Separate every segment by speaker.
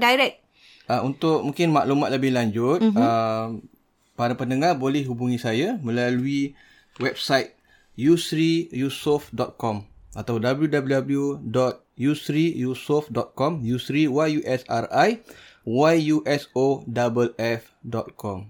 Speaker 1: direct.
Speaker 2: Uh, untuk mungkin maklumat lebih lanjut, mm-hmm. uh, para pendengar boleh hubungi saya melalui website yusriyusof.com atau www.yusriyusof.com yusri y u s r i y u s o f f.com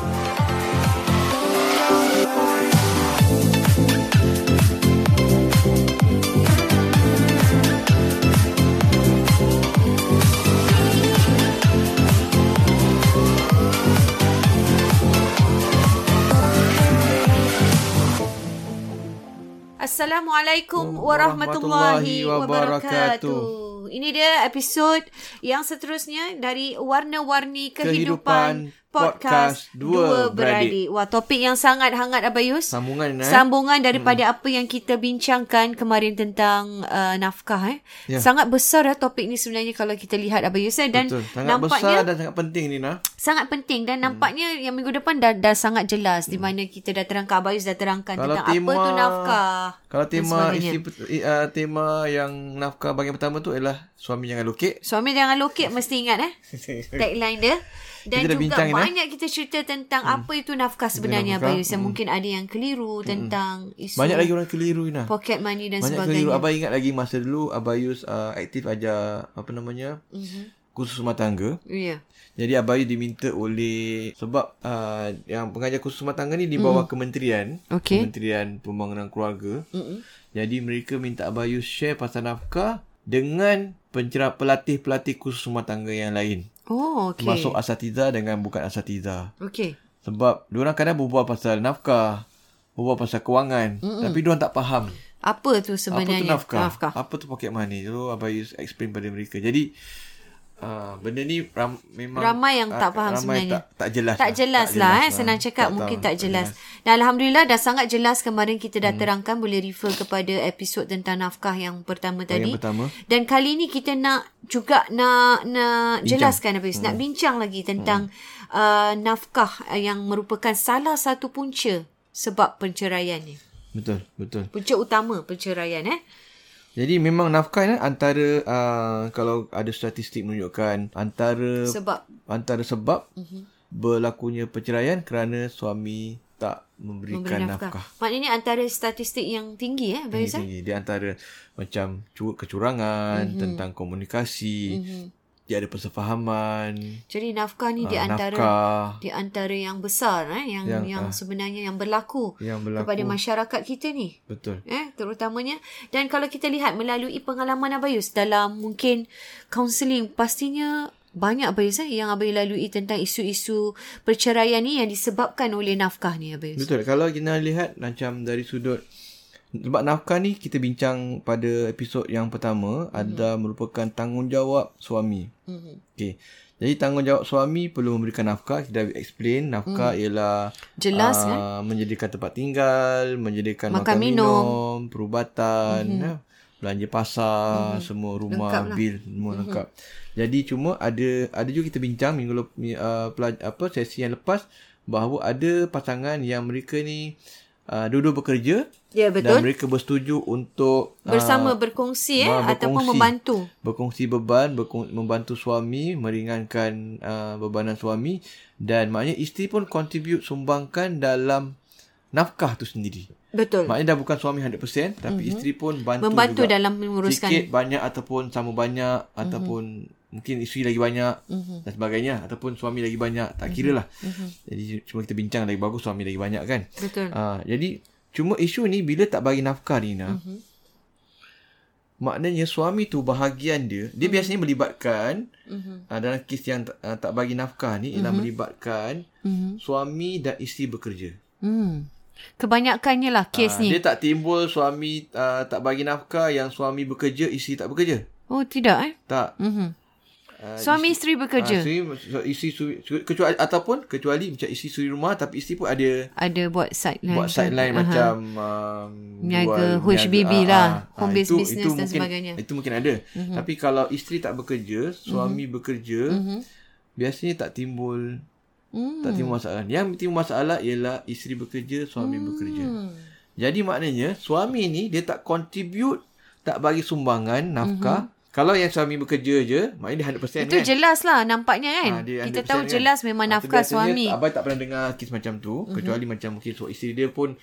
Speaker 1: Assalamualaikum warahmatullahi wabarakatuh. Ini dia episod yang seterusnya dari Warna-Warni Kehidupan, Kehidupan Podcast Dua Beradik. Wah, topik yang sangat hangat Abayus.
Speaker 2: Sambungan eh.
Speaker 1: Sambungan daripada hmm. apa yang kita bincangkan kemarin tentang uh, nafkah eh. Yeah. Sangat besar eh topik ni sebenarnya kalau kita lihat Abayus eh dan
Speaker 2: Betul. sangat nampaknya besar dan sangat penting Nina.
Speaker 1: Sangat penting dan nampaknya hmm. yang minggu depan dah dah sangat jelas hmm. di mana kita dah terangkan Abayus dah terangkan
Speaker 2: kalau
Speaker 1: tentang tema, apa tu nafkah.
Speaker 2: Kalau tema isi, uh, tema yang nafkah bahagian pertama tu ialah suami jangan lokek.
Speaker 1: Suami jangan lokek mesti ingat eh. Tagline dia. Dan kita juga banyak eh? kita cerita tentang hmm. apa itu nafkah sebenarnya nafkah. Abayus. Hmm. Mungkin ada yang keliru hmm. tentang isu.
Speaker 2: Banyak lagi orang keliru Ina.
Speaker 1: Pocket money dan
Speaker 2: banyak
Speaker 1: sebagainya.
Speaker 2: Banyak keliru. Abang ingat lagi masa dulu Abayus uh, aktif ajar apa namanya?
Speaker 1: Mhm.
Speaker 2: Mm-hmm kursus rumah tangga.
Speaker 1: Ya. Yeah.
Speaker 2: Jadi Abayu diminta oleh sebab uh, yang pengajar kursus rumah tangga ni di
Speaker 1: Mhm.
Speaker 2: bawah mm. kementerian,
Speaker 1: okay.
Speaker 2: Kementerian Pembangunan Keluarga.
Speaker 1: Mhm.
Speaker 2: Mm-mm. Jadi mereka minta Abayu share pasal nafkah dengan pencerah pelatih-pelatih kursus rumah tangga yang lain.
Speaker 1: Oh, okay.
Speaker 2: Termasuk asatiza dengan bukan asatiza.
Speaker 1: Okey.
Speaker 2: Sebab diorang kadang berbual pasal nafkah, berbual pasal kewangan, Mm-mm. tapi diorang tak faham.
Speaker 1: Apa tu sebenarnya?
Speaker 2: Apa tu nafkah? nafkah? Apa tu pocket money? So Abayu explain pada mereka. Jadi Uh, benda ni ram, memang ah,
Speaker 1: ramai yang tak faham ramai sebenarnya.
Speaker 2: Tak, tak jelas.
Speaker 1: Tak jelas lah, tak jelas lah eh senang cakap tak mungkin tahu, tak jelas. Tak jelas. Dan alhamdulillah dah sangat jelas kemarin kita dah hmm. terangkan boleh refer kepada episod tentang nafkah Oh, yang pertama tadi.
Speaker 2: Yang pertama.
Speaker 1: Dan kali ni kita nak juga nak nak bincang. jelaskan apa hmm. nak bincang lagi tentang hmm. uh, nafkah yang merupakan salah satu punca sebab penceraian ni.
Speaker 2: Betul, betul.
Speaker 1: Punca utama penceraian eh.
Speaker 2: Jadi memang nafkah ni antara uh, kalau ada statistik menunjukkan antara
Speaker 1: sebab
Speaker 2: antara sebab
Speaker 1: Mhm.
Speaker 2: uh-huh. berlakunya perceraian kerana suami tak memberikan Memberi nafkah. nafkah.
Speaker 1: Maknanya antara statistik yang tinggi eh Mhm. Bayus?
Speaker 2: Tinggi, tinggi. Di antara macam kecurangan uh-huh. tentang komunikasi. Uh-huh dia ada persefahaman. ah,
Speaker 1: Jadi nafkah ni uh, Mhm. di antara nafkah, di antara yang besar eh yang yang, yang uh, sebenarnya yang berlaku,
Speaker 2: ah. yang berlaku
Speaker 1: kepada masyarakat kita ni.
Speaker 2: Betul.
Speaker 1: Eh terutamanya dan kalau kita lihat melalui pengalaman Abayus dalam mungkin kaunseling pastinya banyak Abayus eh, yang Abayus lalui tentang isu-isu perceraian ni yang disebabkan oleh nafkah ni Abayus.
Speaker 2: Betul. Kalau kita lihat macam dari sudut sebab nafkah ni kita bincang pada episod yang pertama mm-hmm. ada merupakan tanggungjawab suami. Mm-hmm. Okey. Jadi tanggungjawab suami perlu memberikan nafkah. Kita dah explain nafkah mm. ialah
Speaker 1: jelas uh, kan?
Speaker 2: menyediakan tempat tinggal, menyediakan makan, makan minum, minum, perubatan,
Speaker 1: Mhm.
Speaker 2: mm-hmm. ya, belanja pasar, mm-hmm. semua
Speaker 1: lah.
Speaker 2: rumah, Lengkaplah. bil,
Speaker 1: Mhm.
Speaker 2: semua mm-hmm. lengkap. Jadi cuma ada ada juga kita bincang minggu lep, uh, pelaj- apa sesi yang lepas bahawa ada pasangan yang mereka ni uh, dua-dua bekerja
Speaker 1: ya, betul.
Speaker 2: dan mereka ah, bersetuju untuk
Speaker 1: bersama uh, berkongsi, eh, berkongsi ataupun membantu
Speaker 2: berkongsi beban berkong- membantu suami meringankan uh, bebanan suami dan maknanya isteri pun contribute sumbangkan dalam nafkah tu sendiri
Speaker 1: Betul. Mhm.
Speaker 2: Maknanya dah bukan suami 100% tapi mm-hmm. isteri pun bantu
Speaker 1: Membantu
Speaker 2: juga.
Speaker 1: dalam menguruskan
Speaker 2: sikit banyak ataupun sama banyak mm-hmm. ataupun mungkin isteri lagi banyak mm-hmm. dan sebagainya ataupun suami lagi banyak tak kira lah mm-hmm. jadi cuma kita bincang lagi bagus suami lagi banyak kan
Speaker 1: Betul.
Speaker 2: uh, jadi cuma isu ni bila tak bagi nafkah ni nah mm-hmm. maknanya suami tu bahagian dia dia mm-hmm. biasanya melibatkan mm-hmm. uh, dalam kes yang uh, tak bagi nafkah ni ialah mm-hmm. melibatkan mm-hmm. suami dan isteri bekerja
Speaker 1: Mhm. Hmm. Kebanyakannya lah kes
Speaker 2: Ah,
Speaker 1: ni.
Speaker 2: Dia tak timbul suami uh, tak bagi nafkah yang suami bekerja, isteri tak bekerja.
Speaker 1: Oh, tidak eh.
Speaker 2: Tak.
Speaker 1: Mm-hmm.
Speaker 2: Ah,
Speaker 1: Suami isteri bekerja.
Speaker 2: isteri, isteri suri, suri, kecuali ataupun kecuali macam isteri suri rumah tapi isteri pun ada
Speaker 1: Ada buat sideline.
Speaker 2: buat sideline
Speaker 1: Aha.
Speaker 2: macam um,
Speaker 1: Niaga,
Speaker 2: jual-
Speaker 1: hush
Speaker 2: niaga,
Speaker 1: baby
Speaker 2: ah,
Speaker 1: lah,
Speaker 2: ah,
Speaker 1: home
Speaker 2: ah,
Speaker 1: based business dan
Speaker 2: mungkin,
Speaker 1: sebagainya. Mhm.
Speaker 2: Itu mungkin ada. Mm-hmm. Tapi kalau isteri tak bekerja, suami mm-hmm. bekerja, mm-hmm. biasanya tak timbul
Speaker 1: Mhm. Hmm.
Speaker 2: tak timbul masalah. Yang timbul masalah ialah isteri bekerja, suami hmm. bekerja. Jadi maknanya suami ni dia tak contribute, tak bagi sumbangan nafkah. Mm-hmm. Kalau yang suami bekerja je, maknanya
Speaker 1: Mhm.
Speaker 2: dia 100%
Speaker 1: Itu
Speaker 2: kan.
Speaker 1: jelas lah nampaknya kan.
Speaker 2: Ah, dia
Speaker 1: Kita
Speaker 2: 100%
Speaker 1: tahu
Speaker 2: kan?
Speaker 1: jelas memang
Speaker 2: Ah, tu
Speaker 1: nafkah
Speaker 2: biasanya
Speaker 1: suami. Mhm.
Speaker 2: Abang tak pernah dengar kes macam tu. Mm-hmm. Kecuali macam mungkin so, isteri dia pun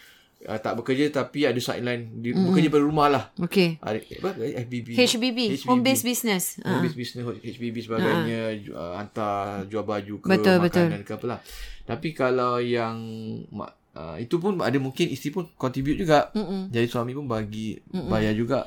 Speaker 2: uh, tak bekerja tapi ada sideline.
Speaker 1: Mhm.
Speaker 2: Dia mm-hmm. bekerja pada rumah lah.
Speaker 1: Okey.
Speaker 2: Ada, apa? eh, FBB.
Speaker 1: HBB, home based business.
Speaker 2: Home
Speaker 1: Ha.
Speaker 2: based business, HBB sebagainya. ju- Uh, hantar jual baju
Speaker 1: Ah.
Speaker 2: ke
Speaker 1: Betul,
Speaker 2: makanan ke apalah. Tapi kalau yang... mak- Uh, itu pun ada mungkin isteri pun contribute juga.
Speaker 1: Mm-mm.
Speaker 2: Jadi suami pun bagi
Speaker 1: Mhm.
Speaker 2: bayar juga.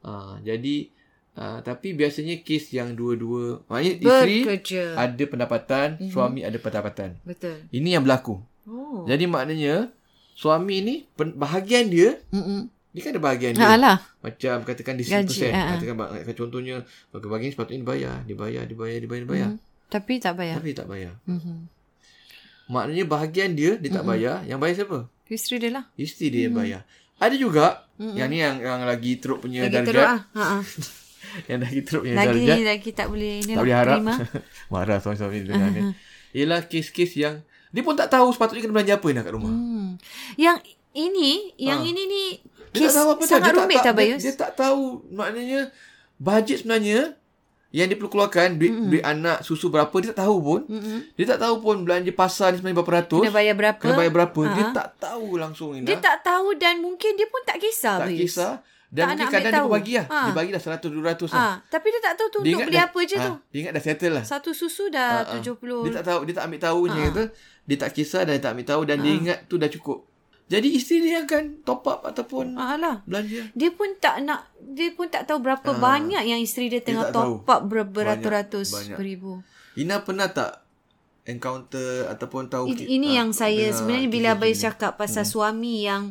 Speaker 2: Uh, jadi uh, tapi biasanya kes yang dua-dua maknanya isteri Ah.
Speaker 1: Bekerja.
Speaker 2: ada pendapatan,
Speaker 1: Mhm.
Speaker 2: mm-hmm. suami ada pendapatan.
Speaker 1: Betul.
Speaker 2: Ini yang berlaku.
Speaker 1: Oh.
Speaker 2: Jadi maknanya suami ni pen- bahagian dia
Speaker 1: Mm-mm.
Speaker 2: dia kan ada bahagian dia.
Speaker 1: Ha lah.
Speaker 2: Macam katakan dia 10%.
Speaker 1: Gaji,
Speaker 2: Gaji,
Speaker 1: ah, ah.
Speaker 2: katakan ba- katakan contohnya bagi bahagian sepatutnya dia bayar, dia bayar, dia bayar, dia bayar, dia
Speaker 1: Mhm,
Speaker 2: bayar. Mm-hmm.
Speaker 1: Tapi tak bayar.
Speaker 2: Tapi dia tak bayar.
Speaker 1: Mhm.
Speaker 2: Maknanya bahagian dia dia tak bayar, yang bayar siapa?
Speaker 1: Isteri dia lah.
Speaker 2: Isteri dia yang bayar. Ada juga mm-hmm. yang ni yang, yang lagi teruk punya
Speaker 1: Mhm. Lagi
Speaker 2: darjat.
Speaker 1: teruk ah. Ha ah.
Speaker 2: yang lagi teruk punya
Speaker 1: Lagi
Speaker 2: darjat.
Speaker 1: lagi tak boleh ni
Speaker 2: Ya, tak
Speaker 1: lah,
Speaker 2: boleh harap
Speaker 1: terima.
Speaker 2: marah suami-suami dengar ni ialah kes-kes yang dia pun tak tahu sepatutnya kena belanja apa nak kat rumah hmm,
Speaker 1: Hmm. Yang ini, yang ini ni
Speaker 2: Ah.
Speaker 1: kes
Speaker 2: dia tak tahu apa
Speaker 1: sangat
Speaker 2: dia
Speaker 1: rumit
Speaker 2: tak,
Speaker 1: tak
Speaker 2: tak dia,
Speaker 1: Bayus?
Speaker 2: dia tak tahu maknanya bajet sebenarnya yang dia perlu keluarkan duit mm-hmm. duit anak susu berapa dia tak tahu pun mm-hmm. dia tak tahu pun belanja pasar ni sebenarnya berapa ratus
Speaker 1: Kena bayar berapa?
Speaker 2: kena bayar berapa uh-huh. dia tak tahu langsung ni
Speaker 1: Dia tak tahu dan mungkin dia pun tak kisah
Speaker 2: tak
Speaker 1: Bayus.
Speaker 2: kisah
Speaker 1: Tak
Speaker 2: dan
Speaker 1: nak
Speaker 2: mungkin
Speaker 1: ambil
Speaker 2: kadang dia
Speaker 1: tahu.
Speaker 2: bagi lah
Speaker 1: Ha.
Speaker 2: dia bagi dah 100 200 lah
Speaker 1: Ah, tapi dia tak tahu tu untuk beli
Speaker 2: dah,
Speaker 1: apa je
Speaker 2: ah,
Speaker 1: tu.
Speaker 2: dia ingat dah settle lah
Speaker 1: Satu susu dah
Speaker 2: Ah, ah. Dia
Speaker 1: 70.
Speaker 2: tak tahu, dia tak ambil tahu
Speaker 1: Ha.
Speaker 2: je kata. Dia tak kisah dan dia tak ambil tahu dan dia ingat tu dah cukup. Jadi isteri dia akan top up ataupun
Speaker 1: Ah, alah.
Speaker 2: belanja.
Speaker 1: Dia pun tak nak dia pun tak tahu berapa banyak yang isteri dia tengah
Speaker 2: Ah. tak tahu.
Speaker 1: top up ber- beratus-ratus
Speaker 2: Banyak, banyak.
Speaker 1: beribu.
Speaker 2: Ina pernah tak encounter ataupun tahu
Speaker 1: I- ini
Speaker 2: ah,
Speaker 1: yang saya
Speaker 2: dengar
Speaker 1: sebenarnya
Speaker 2: kes
Speaker 1: bila
Speaker 2: macam
Speaker 1: Abayus
Speaker 2: ni?
Speaker 1: cakap
Speaker 2: Hmm.
Speaker 1: pasal suami yang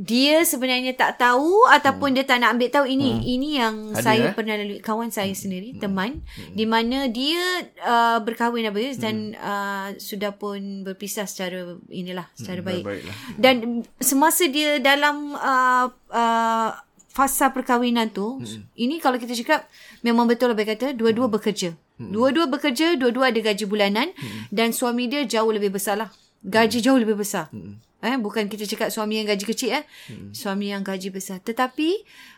Speaker 1: dia sebenarnya tak tahu ataupun dia tak nak ambil tahu ini ini yang
Speaker 2: Ada,
Speaker 1: saya
Speaker 2: Hmm. eh? Hmm.
Speaker 1: pernah lalui kawan saya sendiri teman di mana dia uh, berkahwin Abayus
Speaker 2: Hmm.
Speaker 1: dan uh, sudah pun berpisah secara inilah
Speaker 2: Hmm,
Speaker 1: secara baik.
Speaker 2: Baik-baiklah.
Speaker 1: Dan semasa dia dalam uh, uh, fasa perkahwinan tu, mm-hmm. ini kalau kita cakap memang betul lah Abang kata dua-dua mm-hmm. bekerja. Mm-hmm. Dua-dua bekerja, dua-dua ada gaji bulanan mm-hmm. dan suami dia jauh lebih besar lah. Gaji mm-hmm. jauh lebih besar. Mm-hmm. Eh, bukan kita cakap suami yang gaji kecil eh. Mm-hmm. Suami yang gaji besar. Tetapi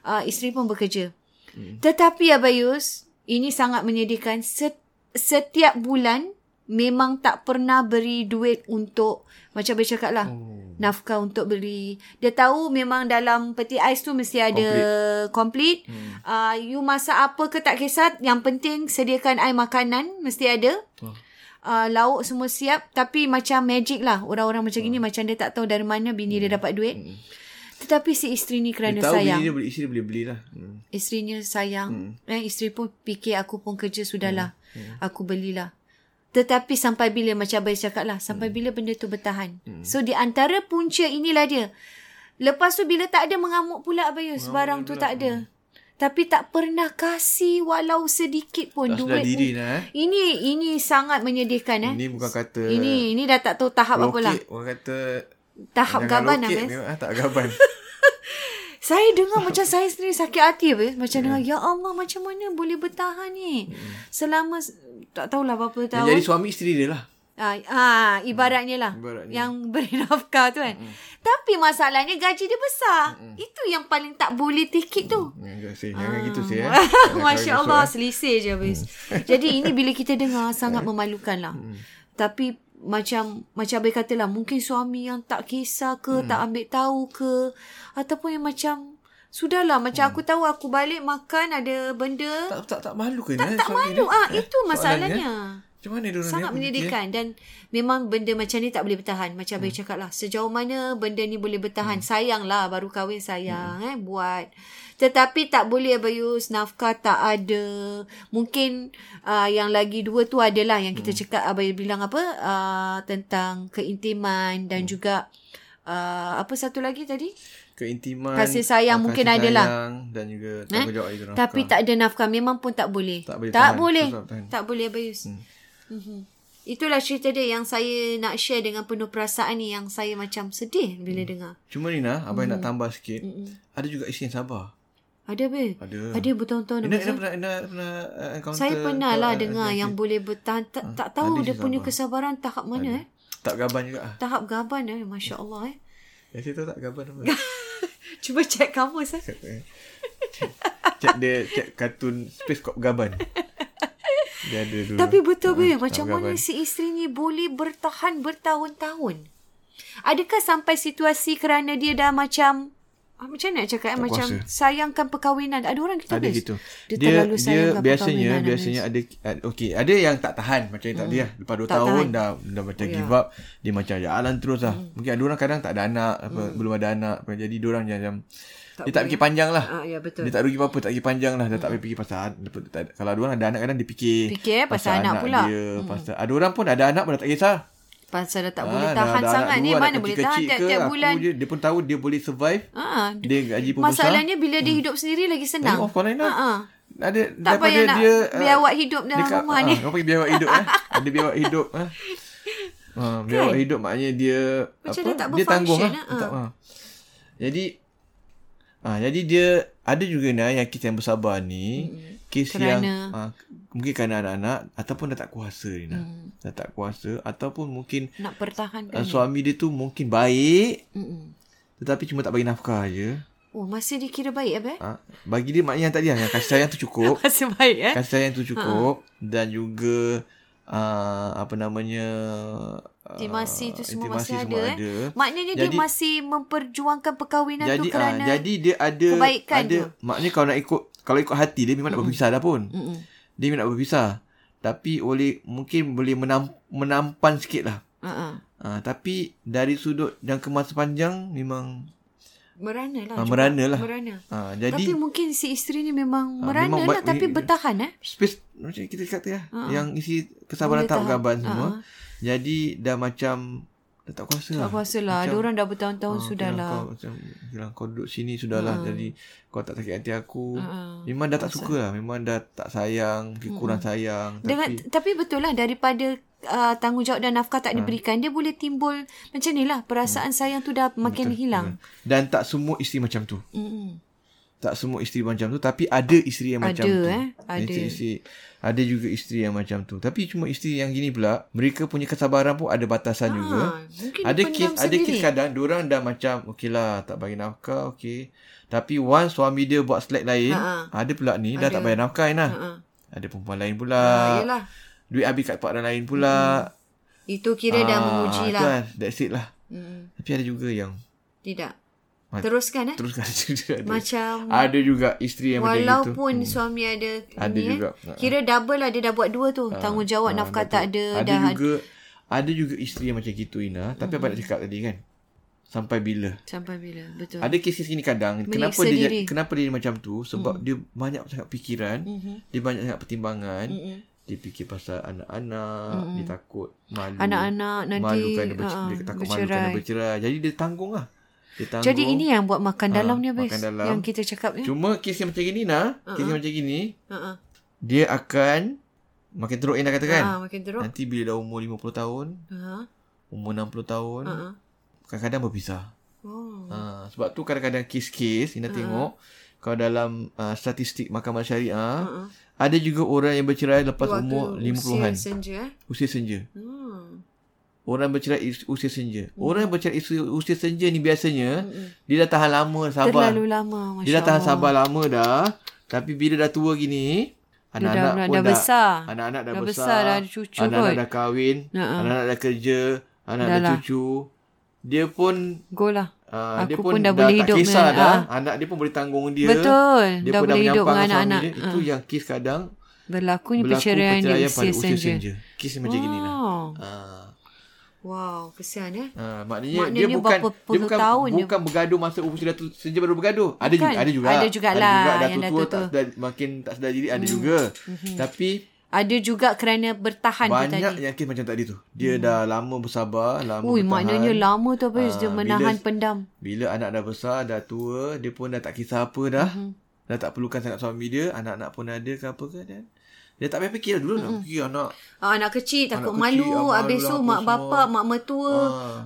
Speaker 1: uh, isteri pun bekerja. Mm-hmm. Tetapi Abayus, ini sangat menyedihkan. Set, setiap bulan memang tak pernah beri duit untuk macam dia cakap lah. Oh. Nafkah untuk beli. Dia tahu memang dalam peti ais tu mesti ada complete. Hmm. Uh, you masak apa ke tak kisah. Yang penting sediakan air makanan mesti ada.
Speaker 2: Oh.
Speaker 1: Uh, lauk semua siap. Tapi macam magic lah. Orang-orang macam gini macam dia tak tahu dari mana bini dia dapat duit. Hmm. Tetapi si isteri ni
Speaker 2: Dia
Speaker 1: kerana
Speaker 2: tahu
Speaker 1: sayang.
Speaker 2: bini dia boleh isteri boleh belilah. Hmm.
Speaker 1: Isterinya sayang. Hmm. Eh, isteri pun fikir aku pun kerja sudahlah. Hmm. Aku belilah. Tetapi sampai bila macam Abang cakap lah. Sampai hmm. bila benda tu bertahan. Hmm. So di antara punca inilah dia. Lepas tu bila tak ada mengamuk pula Abayus. Barang tu tak
Speaker 2: Hmm.
Speaker 1: ada. Tapi tak pernah kasih walau sedikit pun
Speaker 2: Tak sedar
Speaker 1: duit.
Speaker 2: diri
Speaker 1: pun.
Speaker 2: lah eh.
Speaker 1: Ini ini sangat menyedihkan eh.
Speaker 2: Ini bukan kata
Speaker 1: Ini ini dah tak tahu tahap apa lah.
Speaker 2: lokek, orang kata
Speaker 1: Tahap
Speaker 2: jangan
Speaker 1: gaban lah.
Speaker 2: lokek,
Speaker 1: Abang.
Speaker 2: memang ah, tak gaban.
Speaker 1: Saya dengar macam saya sendiri sakit hati apa Macam yeah. dengar, ya Allah macam mana boleh bertahan ni? Selama, tak tahulah berapa tahun.
Speaker 2: Jadi suami isteri dia lah.
Speaker 1: Ah, ah ibaratnya lah
Speaker 2: Ibaratnya.
Speaker 1: yang beri nafkah tu kan. Tapi masalahnya gaji dia besar. Itu yang paling tak boleh tikit tu.
Speaker 2: Jangan, say, jangan gitu saya. Eh.
Speaker 1: Ah. Masya Allah Selisih je habis Jadi ini bila kita dengar Sangat memalukan lah Tapi Macam Macam Abang kata lah Mungkin suami yang tak kisah ke Tak ambil tahu ke Ataupun yang macam Sudahlah macam aku tahu aku balik makan ada benda.
Speaker 2: Tak tak tak malu ke eh, tak,
Speaker 1: Tak malu ah itu masalahnya.
Speaker 2: eh. Macam mana dia
Speaker 1: Sangat menyedihkan dan memang benda macam ni tak boleh bertahan. Macam hmm. cakap lah sejauh mana benda ni boleh bertahan. Hmm. Sayang lah baru kahwin sayang hmm. eh buat. Tetapi tak boleh Abayus nafkah tak ada. Mungkin uh, yang lagi dua tu adalah yang
Speaker 2: Hmm.
Speaker 1: kita cakap Abayus bilang apa uh, tentang keintiman
Speaker 2: Hmm.
Speaker 1: dan juga uh, apa satu lagi tadi?
Speaker 2: Keintiman
Speaker 1: Kasih sayang
Speaker 2: ah,
Speaker 1: mungkin ada
Speaker 2: kasih
Speaker 1: lah.
Speaker 2: sayang Dan juga tanggungjawab eh? itu nafkah.
Speaker 1: Tapi tak ada nafkah memang pun tak boleh.
Speaker 2: Tak boleh
Speaker 1: Tak
Speaker 2: tahan.
Speaker 1: boleh.
Speaker 2: Susah tahan.
Speaker 1: Tak boleh Abayus. Hmm. Mhm. Itulah cerita dia yang saya nak share dengan penuh perasaan ni yang saya macam sedih
Speaker 2: Hmm.
Speaker 1: bila dengar.
Speaker 2: Cuma Rina Abang
Speaker 1: Hmm.
Speaker 2: nak tambah sikit Ada juga isteri yang sabar
Speaker 1: Ada be?
Speaker 2: Ada.
Speaker 1: Ada bertahun-tahun.
Speaker 2: Rina,
Speaker 1: Abang
Speaker 2: Rina
Speaker 1: Zul.
Speaker 2: pernah, Rina pernah uh, encounter
Speaker 1: Saya pernah lah
Speaker 2: atau, uh,
Speaker 1: dengar yang boleh bertahan. Tak, tak tahu
Speaker 2: ada
Speaker 1: dia
Speaker 2: je
Speaker 1: punya
Speaker 2: sabar.
Speaker 1: kesabaran tahap mana eh.
Speaker 2: Tak gaban juga ah.
Speaker 1: Tahap gaban eh. Masya Allah eh.
Speaker 2: Yang situ tak gaban apa
Speaker 1: Cuba cek kamus eh.
Speaker 2: Cek dia Cek kartun Space Cop gaban Dia ada dulu
Speaker 1: Tapi betul be.
Speaker 2: Ah,
Speaker 1: Macam
Speaker 2: tahap
Speaker 1: mana
Speaker 2: gaban.
Speaker 1: si isteri ni boleh bertahan bertahun-tahun. Adakah sampai situasi kerana dia dah macam ah, macam mana nak cakap eh? macam
Speaker 2: kuasa.
Speaker 1: sayangkan perkahwinan. Ada orang gitu
Speaker 2: ada
Speaker 1: Bez?
Speaker 2: gitu.
Speaker 1: Dia, dia terlalu
Speaker 2: dia
Speaker 1: sayangkan
Speaker 2: biasanya
Speaker 1: perkahwinan.
Speaker 2: biasanya ada ad- okey, ada yang tak tahan macam yang tadi lah. Lepas 2
Speaker 1: Hmm. Tak
Speaker 2: tahun
Speaker 1: tahan.
Speaker 2: dah dah macam
Speaker 1: Ya. Hmm.
Speaker 2: give up, dia macam jalan terus lah. Mungkin ada orang kadang tak ada anak, apa, belum ada anak. Apa, Jadi dia orang macam dia
Speaker 1: boleh.
Speaker 2: tak fikir panjang lah.
Speaker 1: Ah, ya, betul. Hmm.
Speaker 2: Dia tak rugi apa-apa, tak fikir panjang lah. Dia tak payah fikir pasal an- dapat- tak- kalau ada orang ada anak kadang dia fikir
Speaker 1: Fikir pasal anak pula.
Speaker 2: Dia, pasal ada orang pun ada anak pun dah tak kisah.
Speaker 1: Pasal dah tak
Speaker 2: Ah,
Speaker 1: boleh
Speaker 2: dah-
Speaker 1: tahan
Speaker 2: dah anak
Speaker 1: sangat ni
Speaker 2: dua, anak
Speaker 1: mana boleh tahan
Speaker 2: kecil-kecil ke,
Speaker 1: tiap-tiap
Speaker 2: aku
Speaker 1: bulan.
Speaker 2: je, dia pun tahu dia boleh survive.
Speaker 1: Ha,
Speaker 2: Dia gaji pun
Speaker 1: masalahnya bila dia hidup sendiri lagi
Speaker 2: besar.
Speaker 1: senang.
Speaker 2: Tengok online lah.
Speaker 1: Ha.
Speaker 2: Ada
Speaker 1: Tak
Speaker 2: daripada
Speaker 1: payah nak
Speaker 2: dia, ah,
Speaker 1: biawak hidup dalam
Speaker 2: Dekat-
Speaker 1: rumah
Speaker 2: ah,
Speaker 1: ni.
Speaker 2: Kau pergi biawak hidup eh. Ada biawak hidup eh. Ha, biawak hidup maknanya dia
Speaker 1: Kan? Macam
Speaker 2: apa?
Speaker 1: dia tak
Speaker 2: dia tanggung
Speaker 1: berfunction,
Speaker 2: lah.
Speaker 1: eh,
Speaker 2: Tak, ah. Jadi ah jadi dia ada juga ni ah, yang kes yang bersabar ni, kes
Speaker 1: Kerana-
Speaker 2: yang ah, mungkin kerana anak-anak ataupun dah tak kuasa ni nah.
Speaker 1: Mm.
Speaker 2: Dah tak kuasa ataupun mungkin
Speaker 1: Nak pertahankan.
Speaker 2: ah, suami dia tu mungkin baik
Speaker 1: Mm-mm.
Speaker 2: tetapi cuma tak bagi nafkah je.
Speaker 1: Oh, masih dikira baik abang?
Speaker 2: Ah, bagi dia maknanya yang tadi lah, yang kasih sayang tu cukup.
Speaker 1: Masih baik eh?
Speaker 2: kasih sayang tu
Speaker 1: Ha.
Speaker 2: cukup dan juga uh, apa namanya ah,
Speaker 1: Intimasi tu semua
Speaker 2: intimasi
Speaker 1: masih ada, eh?
Speaker 2: ada.
Speaker 1: Maknanya dia
Speaker 2: Jadi-
Speaker 1: masih memperjuangkan perkahwinan
Speaker 2: jadi
Speaker 1: tu
Speaker 2: ah
Speaker 1: kerana
Speaker 2: jadi dia ada
Speaker 1: kebaikan
Speaker 2: ada
Speaker 1: tu.
Speaker 2: maknanya kalau nak ikut kalau ikut hati dia memang nak berpisah dah pun
Speaker 1: Mm-mm.
Speaker 2: dia memang nak berpisah tapi oleh mungkin boleh menam, menampan sikit lah
Speaker 1: Uh-uh.
Speaker 2: Ah, tapi dari sudut jangka masa panjang memang
Speaker 1: Merana lah.
Speaker 2: Ah,
Speaker 1: juga.
Speaker 2: merana lah.
Speaker 1: Merana.
Speaker 2: ah,
Speaker 1: Tapi
Speaker 2: jadi
Speaker 1: mungkin si isteri ni memang
Speaker 2: Ah,
Speaker 1: merana
Speaker 2: memang
Speaker 1: lah
Speaker 2: baik-
Speaker 1: tapi
Speaker 2: ni-
Speaker 1: bertahan eh.
Speaker 2: space macam kita kata lah
Speaker 1: Ah.
Speaker 2: yang isi kesabaran
Speaker 1: Boleh
Speaker 2: tahap
Speaker 1: tahan.
Speaker 2: gaban semua
Speaker 1: Ah.
Speaker 2: jadi dah macam dah tak kuasa
Speaker 1: Tak
Speaker 2: lah
Speaker 1: kuasa lah.
Speaker 2: Macam-
Speaker 1: Dia orang dah bertahun-tahun
Speaker 2: Ah,
Speaker 1: sudah
Speaker 2: bilang
Speaker 1: lah.
Speaker 2: Kau, macam, bilang kau duduk sini sudahlah.
Speaker 1: Ah.
Speaker 2: Jadi kau tak sakit hati aku.
Speaker 1: Ah, ah.
Speaker 2: Memang dah tak suka lah. Memang dah tak sayang. Mungkin kurang sayang.
Speaker 1: Dengan tapi,
Speaker 2: tapi
Speaker 1: tapi betul lah daripada uh, tanggungjawab dan nafkah
Speaker 2: Ah.
Speaker 1: tak diberikan dia boleh timbul macam ni lah
Speaker 2: Hmm.
Speaker 1: perasaan sayang tu dah makin betul, hilang.
Speaker 2: Mm. dan tak semua isteri macam tu.
Speaker 1: Mm-mm.
Speaker 2: Tak semua isteri macam tu. Tapi ada isteri yang
Speaker 1: Ada,
Speaker 2: macam tu.
Speaker 1: eh. Ada.
Speaker 2: Isteri, isteri, ada juga isteri yang macam tu. Tapi cuma isteri yang gini pula. Mereka punya kesabaran pun ada batasan juga.
Speaker 1: Ha, mungkin
Speaker 2: ada
Speaker 1: ada
Speaker 2: kes
Speaker 1: pendam
Speaker 2: ada kes
Speaker 1: sendiri.
Speaker 2: kadang diorang dah macam okey lah tak bagi nafkah okey tapi once suami dia buat slack lain
Speaker 1: Ha,
Speaker 2: ada pula ni dah tak bayar nafkah kan lah
Speaker 1: Ha, ha.
Speaker 2: ada perempuan lain pula
Speaker 1: Ah, yelah.
Speaker 2: duit habis kat partner lain pula
Speaker 1: Itu kira dah
Speaker 2: Ah,
Speaker 1: menguji
Speaker 2: tu
Speaker 1: lah.
Speaker 2: kan that's it lah
Speaker 1: Mm,
Speaker 2: tapi ada juga yang
Speaker 1: tidak.
Speaker 2: Ma-
Speaker 1: Teruskan eh.
Speaker 2: teruskan juga ada.
Speaker 1: Macam
Speaker 2: ada juga isteri yang macam gitu Hmm.
Speaker 1: walaupun suami ada
Speaker 2: Ada
Speaker 1: ni
Speaker 2: juga. Ah.
Speaker 1: eh. Kira double lah dia dah buat dua tu. tanggungjawab nafkah tak ada,
Speaker 2: ada
Speaker 1: dah
Speaker 2: juga ada juga isteri yang macam gitu Ina tapi apa nak cakap tadi kan sampai bila
Speaker 1: sampai bila. Betul.
Speaker 2: ada kes-kes ni kadang
Speaker 1: Menyiksa
Speaker 2: kenapa dia
Speaker 1: diri. Mm.
Speaker 2: kenapa dia macam tu sebab dia banyak sangat fikiran dia banyak sangat pertimbangan
Speaker 1: Mm.
Speaker 2: dia fikir pasal anak-anak dia takut malu
Speaker 1: Anak-anak nanti,
Speaker 2: malu kerana ber-
Speaker 1: ah,
Speaker 2: dia takut malu
Speaker 1: bercerai.
Speaker 2: kerana bercerai jadi dia tanggung lah dia tanggung
Speaker 1: Jadi ini eh? yang buat makan dalam ni
Speaker 2: Ah, makan
Speaker 1: habis.
Speaker 2: dalam.
Speaker 1: Yang kita cakap ni.
Speaker 2: cuma kes yang macam gini nah
Speaker 1: Uh-uh.
Speaker 2: kes yang macam gini
Speaker 1: Ha ah.
Speaker 2: dia akan makin teruk yang dah katakan
Speaker 1: Ha makin teruk.
Speaker 2: nanti bila dah umur 50 tahun
Speaker 1: Ha.
Speaker 2: umur 60 tahun
Speaker 1: Ha.
Speaker 2: kadang-kadang berpisah
Speaker 1: Oh. Uh-uh.
Speaker 2: Ha, sebab tu kadang-kadang kes-kes kita tengok kalau dalam uh, statistik mahkamah syariah
Speaker 1: Ha.
Speaker 2: ada juga orang yang bercerai lepas
Speaker 1: Waktu
Speaker 2: umur
Speaker 1: usia
Speaker 2: 50-an
Speaker 1: senja eh.
Speaker 2: usia senja
Speaker 1: Hmm.
Speaker 2: orang bercerai is- usia senja orang yang bercerai usia, usia senja ni biasanya dia dah tahan lama sabar
Speaker 1: Terlalu lama Masya
Speaker 2: dia dah tahan
Speaker 1: Allah.
Speaker 2: sabar lama dah tapi bila dah tua gini anak-anak
Speaker 1: dah-
Speaker 2: pun
Speaker 1: dah besar.
Speaker 2: anak-anak dah,
Speaker 1: Dah
Speaker 2: besar,
Speaker 1: besar, dah ada cucu
Speaker 2: anak-anak
Speaker 1: kot. ah.
Speaker 2: dah kahwin
Speaker 1: Ha-ha.
Speaker 2: anak-anak dah kerja anak-anak dah
Speaker 1: Dah lah.
Speaker 2: cucu dia pun
Speaker 1: Go lah.
Speaker 2: uh, dia
Speaker 1: Aku pun
Speaker 2: pun,
Speaker 1: dah
Speaker 2: dah
Speaker 1: boleh
Speaker 2: tak
Speaker 1: hidup
Speaker 2: kisah
Speaker 1: dengan-
Speaker 2: dah.
Speaker 1: ah.
Speaker 2: Anak dia pun boleh tanggung dia.
Speaker 1: Betul.
Speaker 2: Dia
Speaker 1: dah
Speaker 2: pun dah
Speaker 1: boleh hidup
Speaker 2: menyampang
Speaker 1: dengan Ah.
Speaker 2: suami
Speaker 1: anak-anak.
Speaker 2: dia. Itu yang kes kadang
Speaker 1: Berlakunya
Speaker 2: berlaku
Speaker 1: perceraian eh. di
Speaker 2: perceraian
Speaker 1: usia
Speaker 2: pada usia
Speaker 1: senja.
Speaker 2: senja. Kes macam gini lah.
Speaker 1: Wow.
Speaker 2: Uh,
Speaker 1: Wow, kesian eh.
Speaker 2: Ha, maknanya,
Speaker 1: Maknanya
Speaker 2: dia bukan
Speaker 1: berapa
Speaker 2: dia
Speaker 1: puluh
Speaker 2: bukan
Speaker 1: tahun dia-
Speaker 2: bukan bergaduh masa usia dah tu senja baru bergaduh. Ada
Speaker 1: Bukan.
Speaker 2: juga ada juga.
Speaker 1: Ada jugalah yang
Speaker 2: dah
Speaker 1: dah
Speaker 2: tua-tua
Speaker 1: tua-tua. Hmm.
Speaker 2: tak sedar, makin tak sedar diri ada juga. Tapi
Speaker 1: Ada juga kerana bertahan tu
Speaker 2: banyak
Speaker 1: tadi. Hmm.
Speaker 2: yang kes macam tadi tu. Dia dah lama bersabar, lama
Speaker 1: Ui,
Speaker 2: bertahan.
Speaker 1: maknanya lama tu habis dia
Speaker 2: Ah,
Speaker 1: menahan
Speaker 2: bila-
Speaker 1: pendam.
Speaker 2: Bila anak dah besar, dah tua, dia pun dah tak kisah apa dah.
Speaker 1: Hmm.
Speaker 2: Dah tak perlukan sangat suami dia, anak-anak pun ada ke apa ke dan dia tak payah fikir dulu nak fikir anak.
Speaker 1: Ah, anak kecil takut
Speaker 2: Anak kecil,
Speaker 1: malu,
Speaker 2: ah, malu
Speaker 1: habis
Speaker 2: lah
Speaker 1: tu
Speaker 2: apa
Speaker 1: mak
Speaker 2: semua.
Speaker 1: bapak, mak mertua.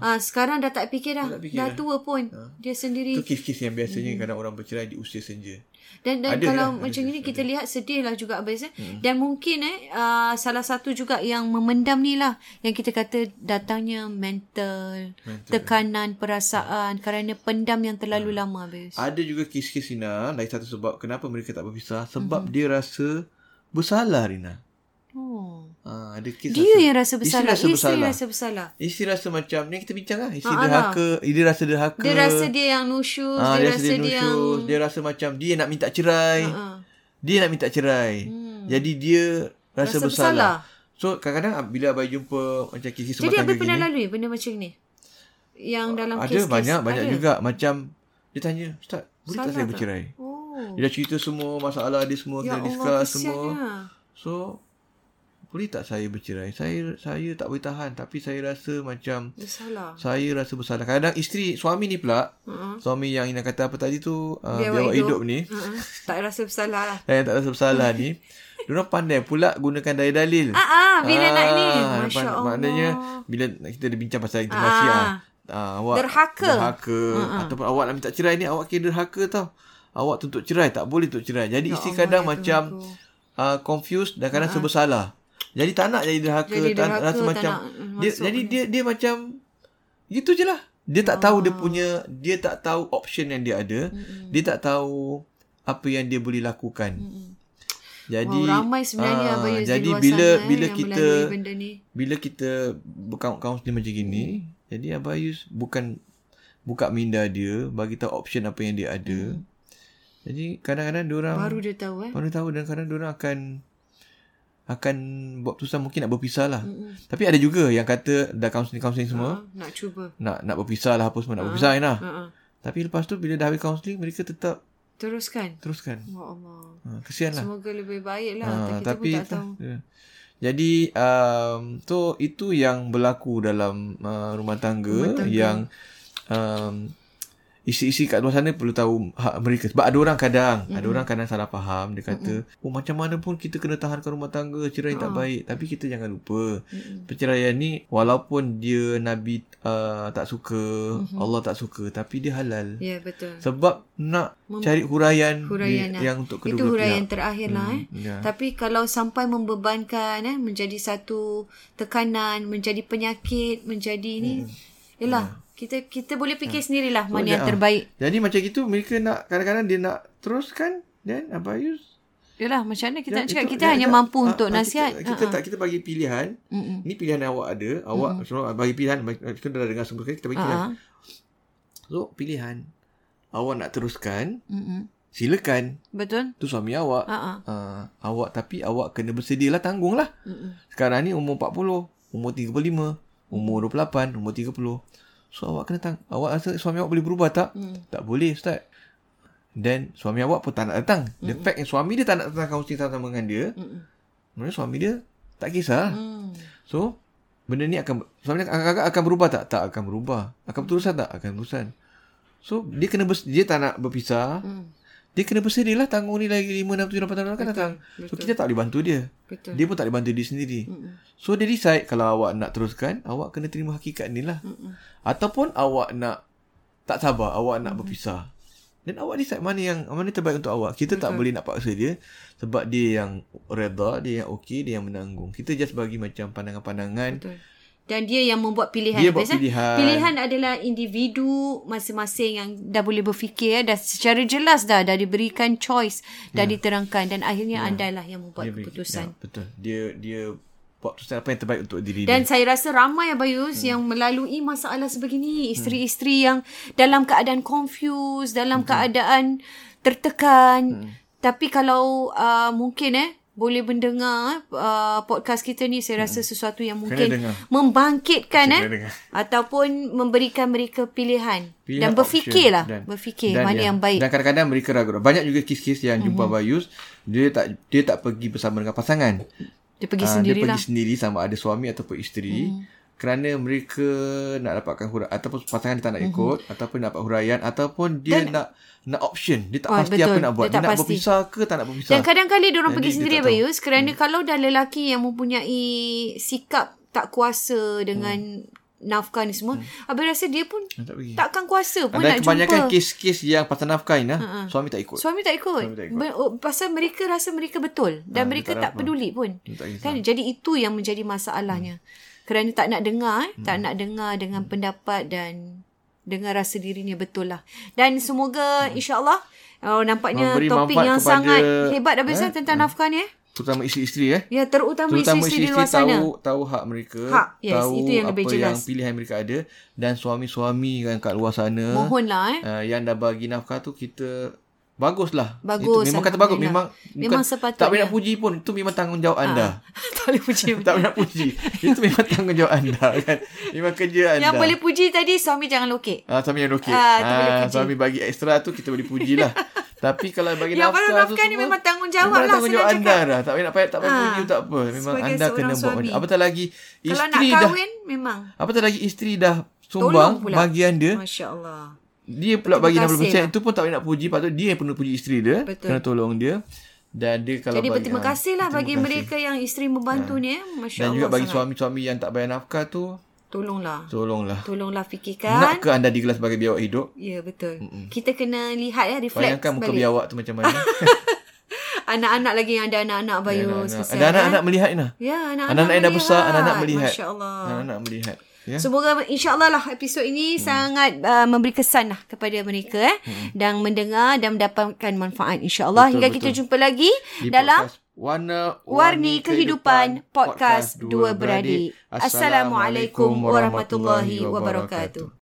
Speaker 1: Ah. sekarang dah tak fikir dah.
Speaker 2: Dah tak fikir eh? Ah.
Speaker 1: dah
Speaker 2: dah.
Speaker 1: tua pun. Dia sendiri.
Speaker 2: Itu kes-kes yang biasanya
Speaker 1: Hmm.
Speaker 2: kadang orang bercerai di usia senja.
Speaker 1: Dan, dan
Speaker 2: Ada
Speaker 1: kalau
Speaker 2: lah, Hmm.
Speaker 1: macam
Speaker 2: ada,
Speaker 1: ni kita lihat sedih lah juga Abang Izzat. Dan mungkin eh uh, salah satu juga yang memendam ni lah yang kita kata datangnya mental,
Speaker 2: Mental. Hmm.
Speaker 1: tekanan perasaan kerana pendam yang terlalu lama Abis.
Speaker 2: Ada juga kes-kes Rina Lagi satu sebab Kenapa mereka tak berpisah Sebab
Speaker 1: Mhm.
Speaker 2: mm-hmm. dia rasa Bersalah Rina
Speaker 1: Oh.
Speaker 2: ha, Ada kes
Speaker 1: Dia yang rasa
Speaker 2: isteri
Speaker 1: bersalah,
Speaker 2: rasa
Speaker 1: isteri
Speaker 2: bersalah.
Speaker 1: rasa bersalah.
Speaker 2: Isteri rasa macam Ni kita bincang lah Isteri
Speaker 1: Ha, ha,
Speaker 2: derhaka Dia rasa derhaka
Speaker 1: Dia rasa dia yang nusyus,
Speaker 2: ha,
Speaker 1: dia, rasa dia, yang
Speaker 2: nusyus. Dia rasa macam Dia nak minta cerai
Speaker 1: ah.
Speaker 2: Dia nak minta cerai hmm. Jadi dia Rasa,
Speaker 1: Rasa
Speaker 2: bersalah.
Speaker 1: bersalah.
Speaker 2: So kadang-kadang ah, Bila Abai jumpa Macam kes-kes
Speaker 1: Jadi
Speaker 2: rumah
Speaker 1: Abang
Speaker 2: tangga
Speaker 1: pernah
Speaker 2: gini
Speaker 1: lalui benda macam ni? Yang dalam
Speaker 2: Ada
Speaker 1: kes-kes.
Speaker 2: banyak-banyak
Speaker 1: ada?
Speaker 2: juga Macam Dia tanya Ustaz Boleh tak
Speaker 1: Salah
Speaker 2: saya
Speaker 1: tak?"
Speaker 2: bercerai
Speaker 1: Oh.
Speaker 2: Dia dah cerita semua masalah dia semua
Speaker 1: Ya
Speaker 2: kita
Speaker 1: Allah,
Speaker 2: discuss semua.
Speaker 1: kesiannya.
Speaker 2: So boleh tak saya bercerai? Saya saya tak boleh tahan tapi saya rasa macam
Speaker 1: Bersalah.
Speaker 2: saya rasa bersalah. Kadang isteri suami ni pula, uh-huh. suami yang Ina kata apa tadi tu, uh, biar awak hidup ni,
Speaker 1: Uh-uh. Tak rasa bersalah lah.
Speaker 2: dan yang tak rasa bersalah ni, diorang pandai pula gunakan dalil-dalil.
Speaker 1: Ah, ah, bila nak ni.
Speaker 2: Ah,
Speaker 1: Masya
Speaker 2: pan-
Speaker 1: Allah. Ya
Speaker 2: Maknanya bila kita dah bincang pasal intimasi
Speaker 1: Ah.
Speaker 2: ah. ah awak
Speaker 1: Derhaka. Ah,
Speaker 2: Derhaka ataupun awak nak minta cerai ni awak kira derhaka tau. Awak tuntut cerai tak boleh tuntut cerai. Jadi isteri
Speaker 1: Allah,
Speaker 2: kadang
Speaker 1: ya
Speaker 2: macam ah confused dan kadang serba salah. Jadi tak nak jadi derhaka,
Speaker 1: Jadi
Speaker 2: tak nak
Speaker 1: derhaka,
Speaker 2: rasa
Speaker 1: tak
Speaker 2: macam
Speaker 1: nak, mm,
Speaker 2: dia
Speaker 1: masuk
Speaker 2: jadi dia dia macam gitu je lah. Dia tak tahu
Speaker 1: Ah.
Speaker 2: dia punya dia tak tahu option yang dia ada. Dia tak tahu apa yang dia boleh lakukan. Jadi
Speaker 1: Wow, ramai sebenarnya
Speaker 2: ah,
Speaker 1: Abang Yus di
Speaker 2: Jadi
Speaker 1: luar sana,
Speaker 2: bila
Speaker 1: eh,
Speaker 2: bila
Speaker 1: yang
Speaker 2: kita
Speaker 1: melalui benda ni. Mm.
Speaker 2: bila kita buka kaunseling macam gini, hmm. jadi Abah Yus bukan buka minda dia, bagi tahu option apa yang dia ada. Hmm. Jadi kadang-kadang diorang
Speaker 1: Mm. Baru dia tahu eh.
Speaker 2: baru tahu dan kadang diorang akan akan buat keputusan mungkin nak berpisah lah. Hmm. Tapi ada juga yang kata dah kaunseling-kaunseling semua,
Speaker 1: Ah, Nak cuba.
Speaker 2: nak nak berpisah lah apa semua, nak berpisah kan lah.
Speaker 1: Ah, ah.
Speaker 2: Tapi lepas tu bila dah habis kaunseling, mereka tetap
Speaker 1: Teruskan.
Speaker 2: teruskan.
Speaker 1: Ya Allah.
Speaker 2: Ha, kesian lah.
Speaker 1: Semoga lebih baik lah.
Speaker 2: Ah,
Speaker 1: kita pun tak
Speaker 2: itulah.
Speaker 1: tahu.
Speaker 2: Ya. Jadi um, so itu yang berlaku dalam uh, rumah tangga, rumah tangga. yang um, isi-isi kat luar sana perlu tahu hak mereka sebab ada orang kadang mm-hmm. ada orang kadang salah faham dia kata mm-hmm. oh macam mana pun kita kena tahankan rumah tangga cerai
Speaker 1: Ah.
Speaker 2: tak baik tapi kita jangan lupa mm-hmm. perceraian ni walaupun dia nabi uh, tak suka mm-hmm. Allah tak suka tapi dia halal
Speaker 1: Ya, betul.
Speaker 2: sebab nak cari huraian,
Speaker 1: Huraian
Speaker 2: di,
Speaker 1: lah.
Speaker 2: yang untuk
Speaker 1: Itu
Speaker 2: kedua belah
Speaker 1: huraian
Speaker 2: pihak
Speaker 1: terakhir lah eh.
Speaker 2: ya.
Speaker 1: Tapi kalau sampai membebankan eh menjadi satu tekanan, menjadi penyakit, menjadi ni yalah kita kita boleh fikir sendirilah mana yang
Speaker 2: Hmm. ah.
Speaker 1: terbaik.
Speaker 2: Jadi macam gitu mereka nak kadang-kadang dia nak teruskan dan Abah Yus
Speaker 1: Yalah macam mana kita
Speaker 2: dan
Speaker 1: nak cakap
Speaker 2: Ya, itu-
Speaker 1: kita
Speaker 2: dia-
Speaker 1: hanya
Speaker 2: dia-
Speaker 1: mampu
Speaker 2: ah,
Speaker 1: untuk
Speaker 2: ah,
Speaker 1: nasihat. Ha,
Speaker 2: Kita, kita tak kita bagi pilihan.
Speaker 1: Mm-mm.
Speaker 2: Ni pilihan yang awak ada. Awak mm bagi pilihan bagi- kita dah dengar semua sekali kita bagi pilihan.
Speaker 1: Hmm. Ha.
Speaker 2: So pilihan awak nak teruskan
Speaker 1: Mm-mm.
Speaker 2: silakan
Speaker 1: Betul?
Speaker 2: tu suami awak.
Speaker 1: Ha ah.
Speaker 2: Ah, awak tapi awak kena bersedia lah tanggung lah.
Speaker 1: Mm-mm.
Speaker 2: Sekarang ni umur 40, umur 35, umur 28, umur 30. So awak kena tang awak rasa suami awak boleh berubah tak?
Speaker 1: Mm.
Speaker 2: Tak boleh ustaz. Dan suami awak pun tak nak datang. The fact yang suami dia tak nak datang kaunseling sama-sama dengan dia,
Speaker 1: Mm-mm.
Speaker 2: maknanya suami dia tak kisah.
Speaker 1: Mm.
Speaker 2: So, benda ni akan suami dia agak-agak akan berubah tak? Tak akan berubah. Akan berterusan tak? Akan berterusan. So, dia kena bers- dia tak nak berpisah.
Speaker 1: Mm.
Speaker 2: Dia kena bersedia lah tanggung ni lagi 5, 6, 7, 8 tahun akan datang. So,
Speaker 1: betul.
Speaker 2: kita tak boleh bantu dia.
Speaker 1: Betul. Mm.
Speaker 2: Dia pun tak boleh bantu dia sendiri.
Speaker 1: Mm-mm.
Speaker 2: So, dia decide kalau awak nak teruskan, awak kena terima hakikat ni lah.
Speaker 1: Mm-mm.
Speaker 2: Ataupun awak nak tak sabar, awak nak berpisah. Dan awak decide mana yang mana terbaik untuk awak. Kita tak boleh nak paksa dia sebab dia yang reda, dia yang okey, dia yang menanggung. Kita just bagi macam pandangan-pandangan.
Speaker 1: Betul. Dan dia yang membuat pilihan.
Speaker 2: Dia buat
Speaker 1: Biasa,
Speaker 2: pilihan.
Speaker 1: Pilihan adalah individu masing-masing yang dah boleh berfikir, eh, dah secara jelas dah, dah diberikan choice, dah diterangkan dan akhirnya anda andalah yang membuat
Speaker 2: Ya. beri-
Speaker 1: keputusan.
Speaker 2: Ya, betul. Dia dia pop tu apa yang terbaik untuk diri
Speaker 1: Dan
Speaker 2: dia.
Speaker 1: saya rasa ramai Abayus hmm. yang melalui masalah
Speaker 2: Hmm.
Speaker 1: sebegini. Isteri-isteri yang dalam keadaan confused, dalam hmm. keadaan tertekan. Hmm. Tapi kalau uh, mungkin eh boleh mendengar uh, podcast kita ni saya rasa hmm. sesuatu yang mungkin
Speaker 2: dengar.
Speaker 1: membangkitkan
Speaker 2: Kena
Speaker 1: eh
Speaker 2: dengar.
Speaker 1: ataupun memberikan mereka pilihan,
Speaker 2: Pilihan
Speaker 1: dan berfikirlah berfikir mana yang baik Mhm.
Speaker 2: Dan kadang-kadang mereka ragu. Banyak juga kes-kes yang jumpa Bayus, dia tak dia tak pergi bersama dengan pasangan.
Speaker 1: dia pergi
Speaker 2: Ah, Dia
Speaker 1: sendirilah Hmm.
Speaker 2: pergi sendiri sama ada suami ataupun isteri. Kerana mereka nak dapatkan huraian ataupun pasangan dia tak nak
Speaker 1: Hmm.
Speaker 2: ikut ataupun nak dapat huraian ataupun dia nak nak option. Dia tak
Speaker 1: Oh,
Speaker 2: pasti
Speaker 1: betul.
Speaker 2: apa nak buat.
Speaker 1: Dia
Speaker 2: Dia,
Speaker 1: tak
Speaker 2: nak
Speaker 1: pasti.
Speaker 2: berpisah ke tak nak berpisah.
Speaker 1: Dan kadang-kali dia orang
Speaker 2: Jadi
Speaker 1: pergi
Speaker 2: dia
Speaker 1: sendiri
Speaker 2: tak tahu.
Speaker 1: Bayus kerana hmm. kalau dah lelaki yang mempunyai sikap tak kuasa dengan hmm. nafkah ni semua, hmm. abang rasa dia pun
Speaker 2: tak pergi.
Speaker 1: takkan kuasa pun
Speaker 2: Dan
Speaker 1: nak
Speaker 2: kebanyakan
Speaker 1: jumpa. Ha,
Speaker 2: kes-kes yang pasal nafkah ni, uh suami tak ikut.
Speaker 1: Suami tak ikut.
Speaker 2: Suami tak ikut.
Speaker 1: Ber, oh, pasal mereka rasa mereka betul dan
Speaker 2: Ah, dia
Speaker 1: mereka
Speaker 2: tak
Speaker 1: tak,
Speaker 2: apa.
Speaker 1: peduli pun.
Speaker 2: Dia tak kisah.
Speaker 1: Kan jadi itu yang menjadi
Speaker 2: Hmm.
Speaker 1: masalahnya. Kerana tak nak dengar, eh? tak nak dengar dengan pendapat dan dengan rasa dirinya betul lah. Dan semoga insya-Allah oh, nampaknya
Speaker 2: Hmm. Memberi
Speaker 1: topik
Speaker 2: manfaat
Speaker 1: yang
Speaker 2: kepada-
Speaker 1: sangat hebat habis
Speaker 2: eh?
Speaker 1: eh? tentang nafkah ni eh.
Speaker 2: Terutama isteri-isteri eh.
Speaker 1: Ya, terutama,
Speaker 2: Terutama
Speaker 1: isteri-isteri di
Speaker 2: isteri-isteri
Speaker 1: luar sana.
Speaker 2: tahu tahu hak mereka,
Speaker 1: Hak, yes,
Speaker 2: tahu
Speaker 1: itu yang
Speaker 2: apa
Speaker 1: lebih
Speaker 2: yang
Speaker 1: jelas.
Speaker 2: pilihan mereka ada dan suami-suami yang kat luar sana
Speaker 1: Mohonlah eh.
Speaker 2: uh, yang dah bagi nafkah tu kita baguslah.
Speaker 1: Bagus,
Speaker 2: Itu memang kata bagus
Speaker 1: Alhamdulillah.
Speaker 2: memang
Speaker 1: Memang sepatutnya. Ah.
Speaker 2: Tak payah nak puji pun itu memang tanggungjawab anda.
Speaker 1: tak boleh puji.
Speaker 2: tak payah nak puji. itu memang tanggungjawab anda kan. Memang kerja anda.
Speaker 1: Yang boleh puji tadi suami jangan lokek.
Speaker 2: Ah, suami yang okey.
Speaker 1: Ah, tu boleh puji.
Speaker 2: suami bagi ekstra tu kita boleh puji lah. Tapi kalau bagi
Speaker 1: Yang
Speaker 2: nafkah
Speaker 1: baru
Speaker 2: tu
Speaker 1: nafkah ni
Speaker 2: semua,
Speaker 1: memang tanggungjawab
Speaker 2: memang
Speaker 1: lah,
Speaker 2: Tanggungjawab
Speaker 1: senang
Speaker 2: anda
Speaker 1: cakap.
Speaker 2: dah. Tak payah nak payah tak payah
Speaker 1: Ah,
Speaker 2: puji tak apa. Memang
Speaker 1: sebagai
Speaker 2: anda
Speaker 1: seorang
Speaker 2: kena buat.
Speaker 1: suami.
Speaker 2: benda. Apatah lagi
Speaker 1: Kalau nak
Speaker 2: isteri dah
Speaker 1: kahwin memang
Speaker 2: apatah lagi isteri dah
Speaker 1: tolong
Speaker 2: sumbang
Speaker 1: pula.
Speaker 2: bagian dia.
Speaker 1: Masya-Allah.
Speaker 2: Dia pula bagi
Speaker 1: Terima
Speaker 2: 60%
Speaker 1: kasih lah.
Speaker 2: itu pun tak payah nak puji. Patut dia yang perlu puji isteri dia.
Speaker 1: Betul.
Speaker 2: Kena tolong dia. Dan dia kalau
Speaker 1: Jadi
Speaker 2: bagi-
Speaker 1: berterima
Speaker 2: ah,
Speaker 1: kasih lah
Speaker 2: berterima
Speaker 1: bagi
Speaker 2: kasih. Ya.
Speaker 1: mereka yang isteri membantu ni eh. Masya
Speaker 2: Dan
Speaker 1: Allah
Speaker 2: juga bagi
Speaker 1: sangat.
Speaker 2: suami-suami yang tak bayar nafkah tu
Speaker 1: Tolonglah.
Speaker 2: tolonglah.
Speaker 1: Tolonglah fikirkan.
Speaker 2: Nak ke anda digelar sebagai biawak hidup?
Speaker 1: Ya betul. Mm-mm. Kita kena lihat ya reflect
Speaker 2: Bayangkan muka
Speaker 1: balik.
Speaker 2: biawak tu macam mana.
Speaker 1: Anak-anak lagi yang ada anak-anak bayu
Speaker 2: Ya, anak-anak.
Speaker 1: susah. eh.
Speaker 2: Ada anak-anak melihat Ina.
Speaker 1: Ya, anak-anak.
Speaker 2: Anak-anak yang dah besar, anak-anak melihat.
Speaker 1: Masya-Allah.
Speaker 2: Anak-anak melihat. Ya.
Speaker 1: Semoga insyaAllah lah episod ini hmm. sangat uh, memberi kesan lah kepada mereka eh. Hmm. Dan mendengar dan mendapatkan manfaat insyaAllah.
Speaker 2: Betul,
Speaker 1: Hingga
Speaker 2: betul.
Speaker 1: kita jumpa lagi
Speaker 2: Di
Speaker 1: dalam
Speaker 2: podcast Warna
Speaker 1: Warni Kehidupan Podcast Dua Beradik. Assalamualaikum warahmatullahi wabarakatuh.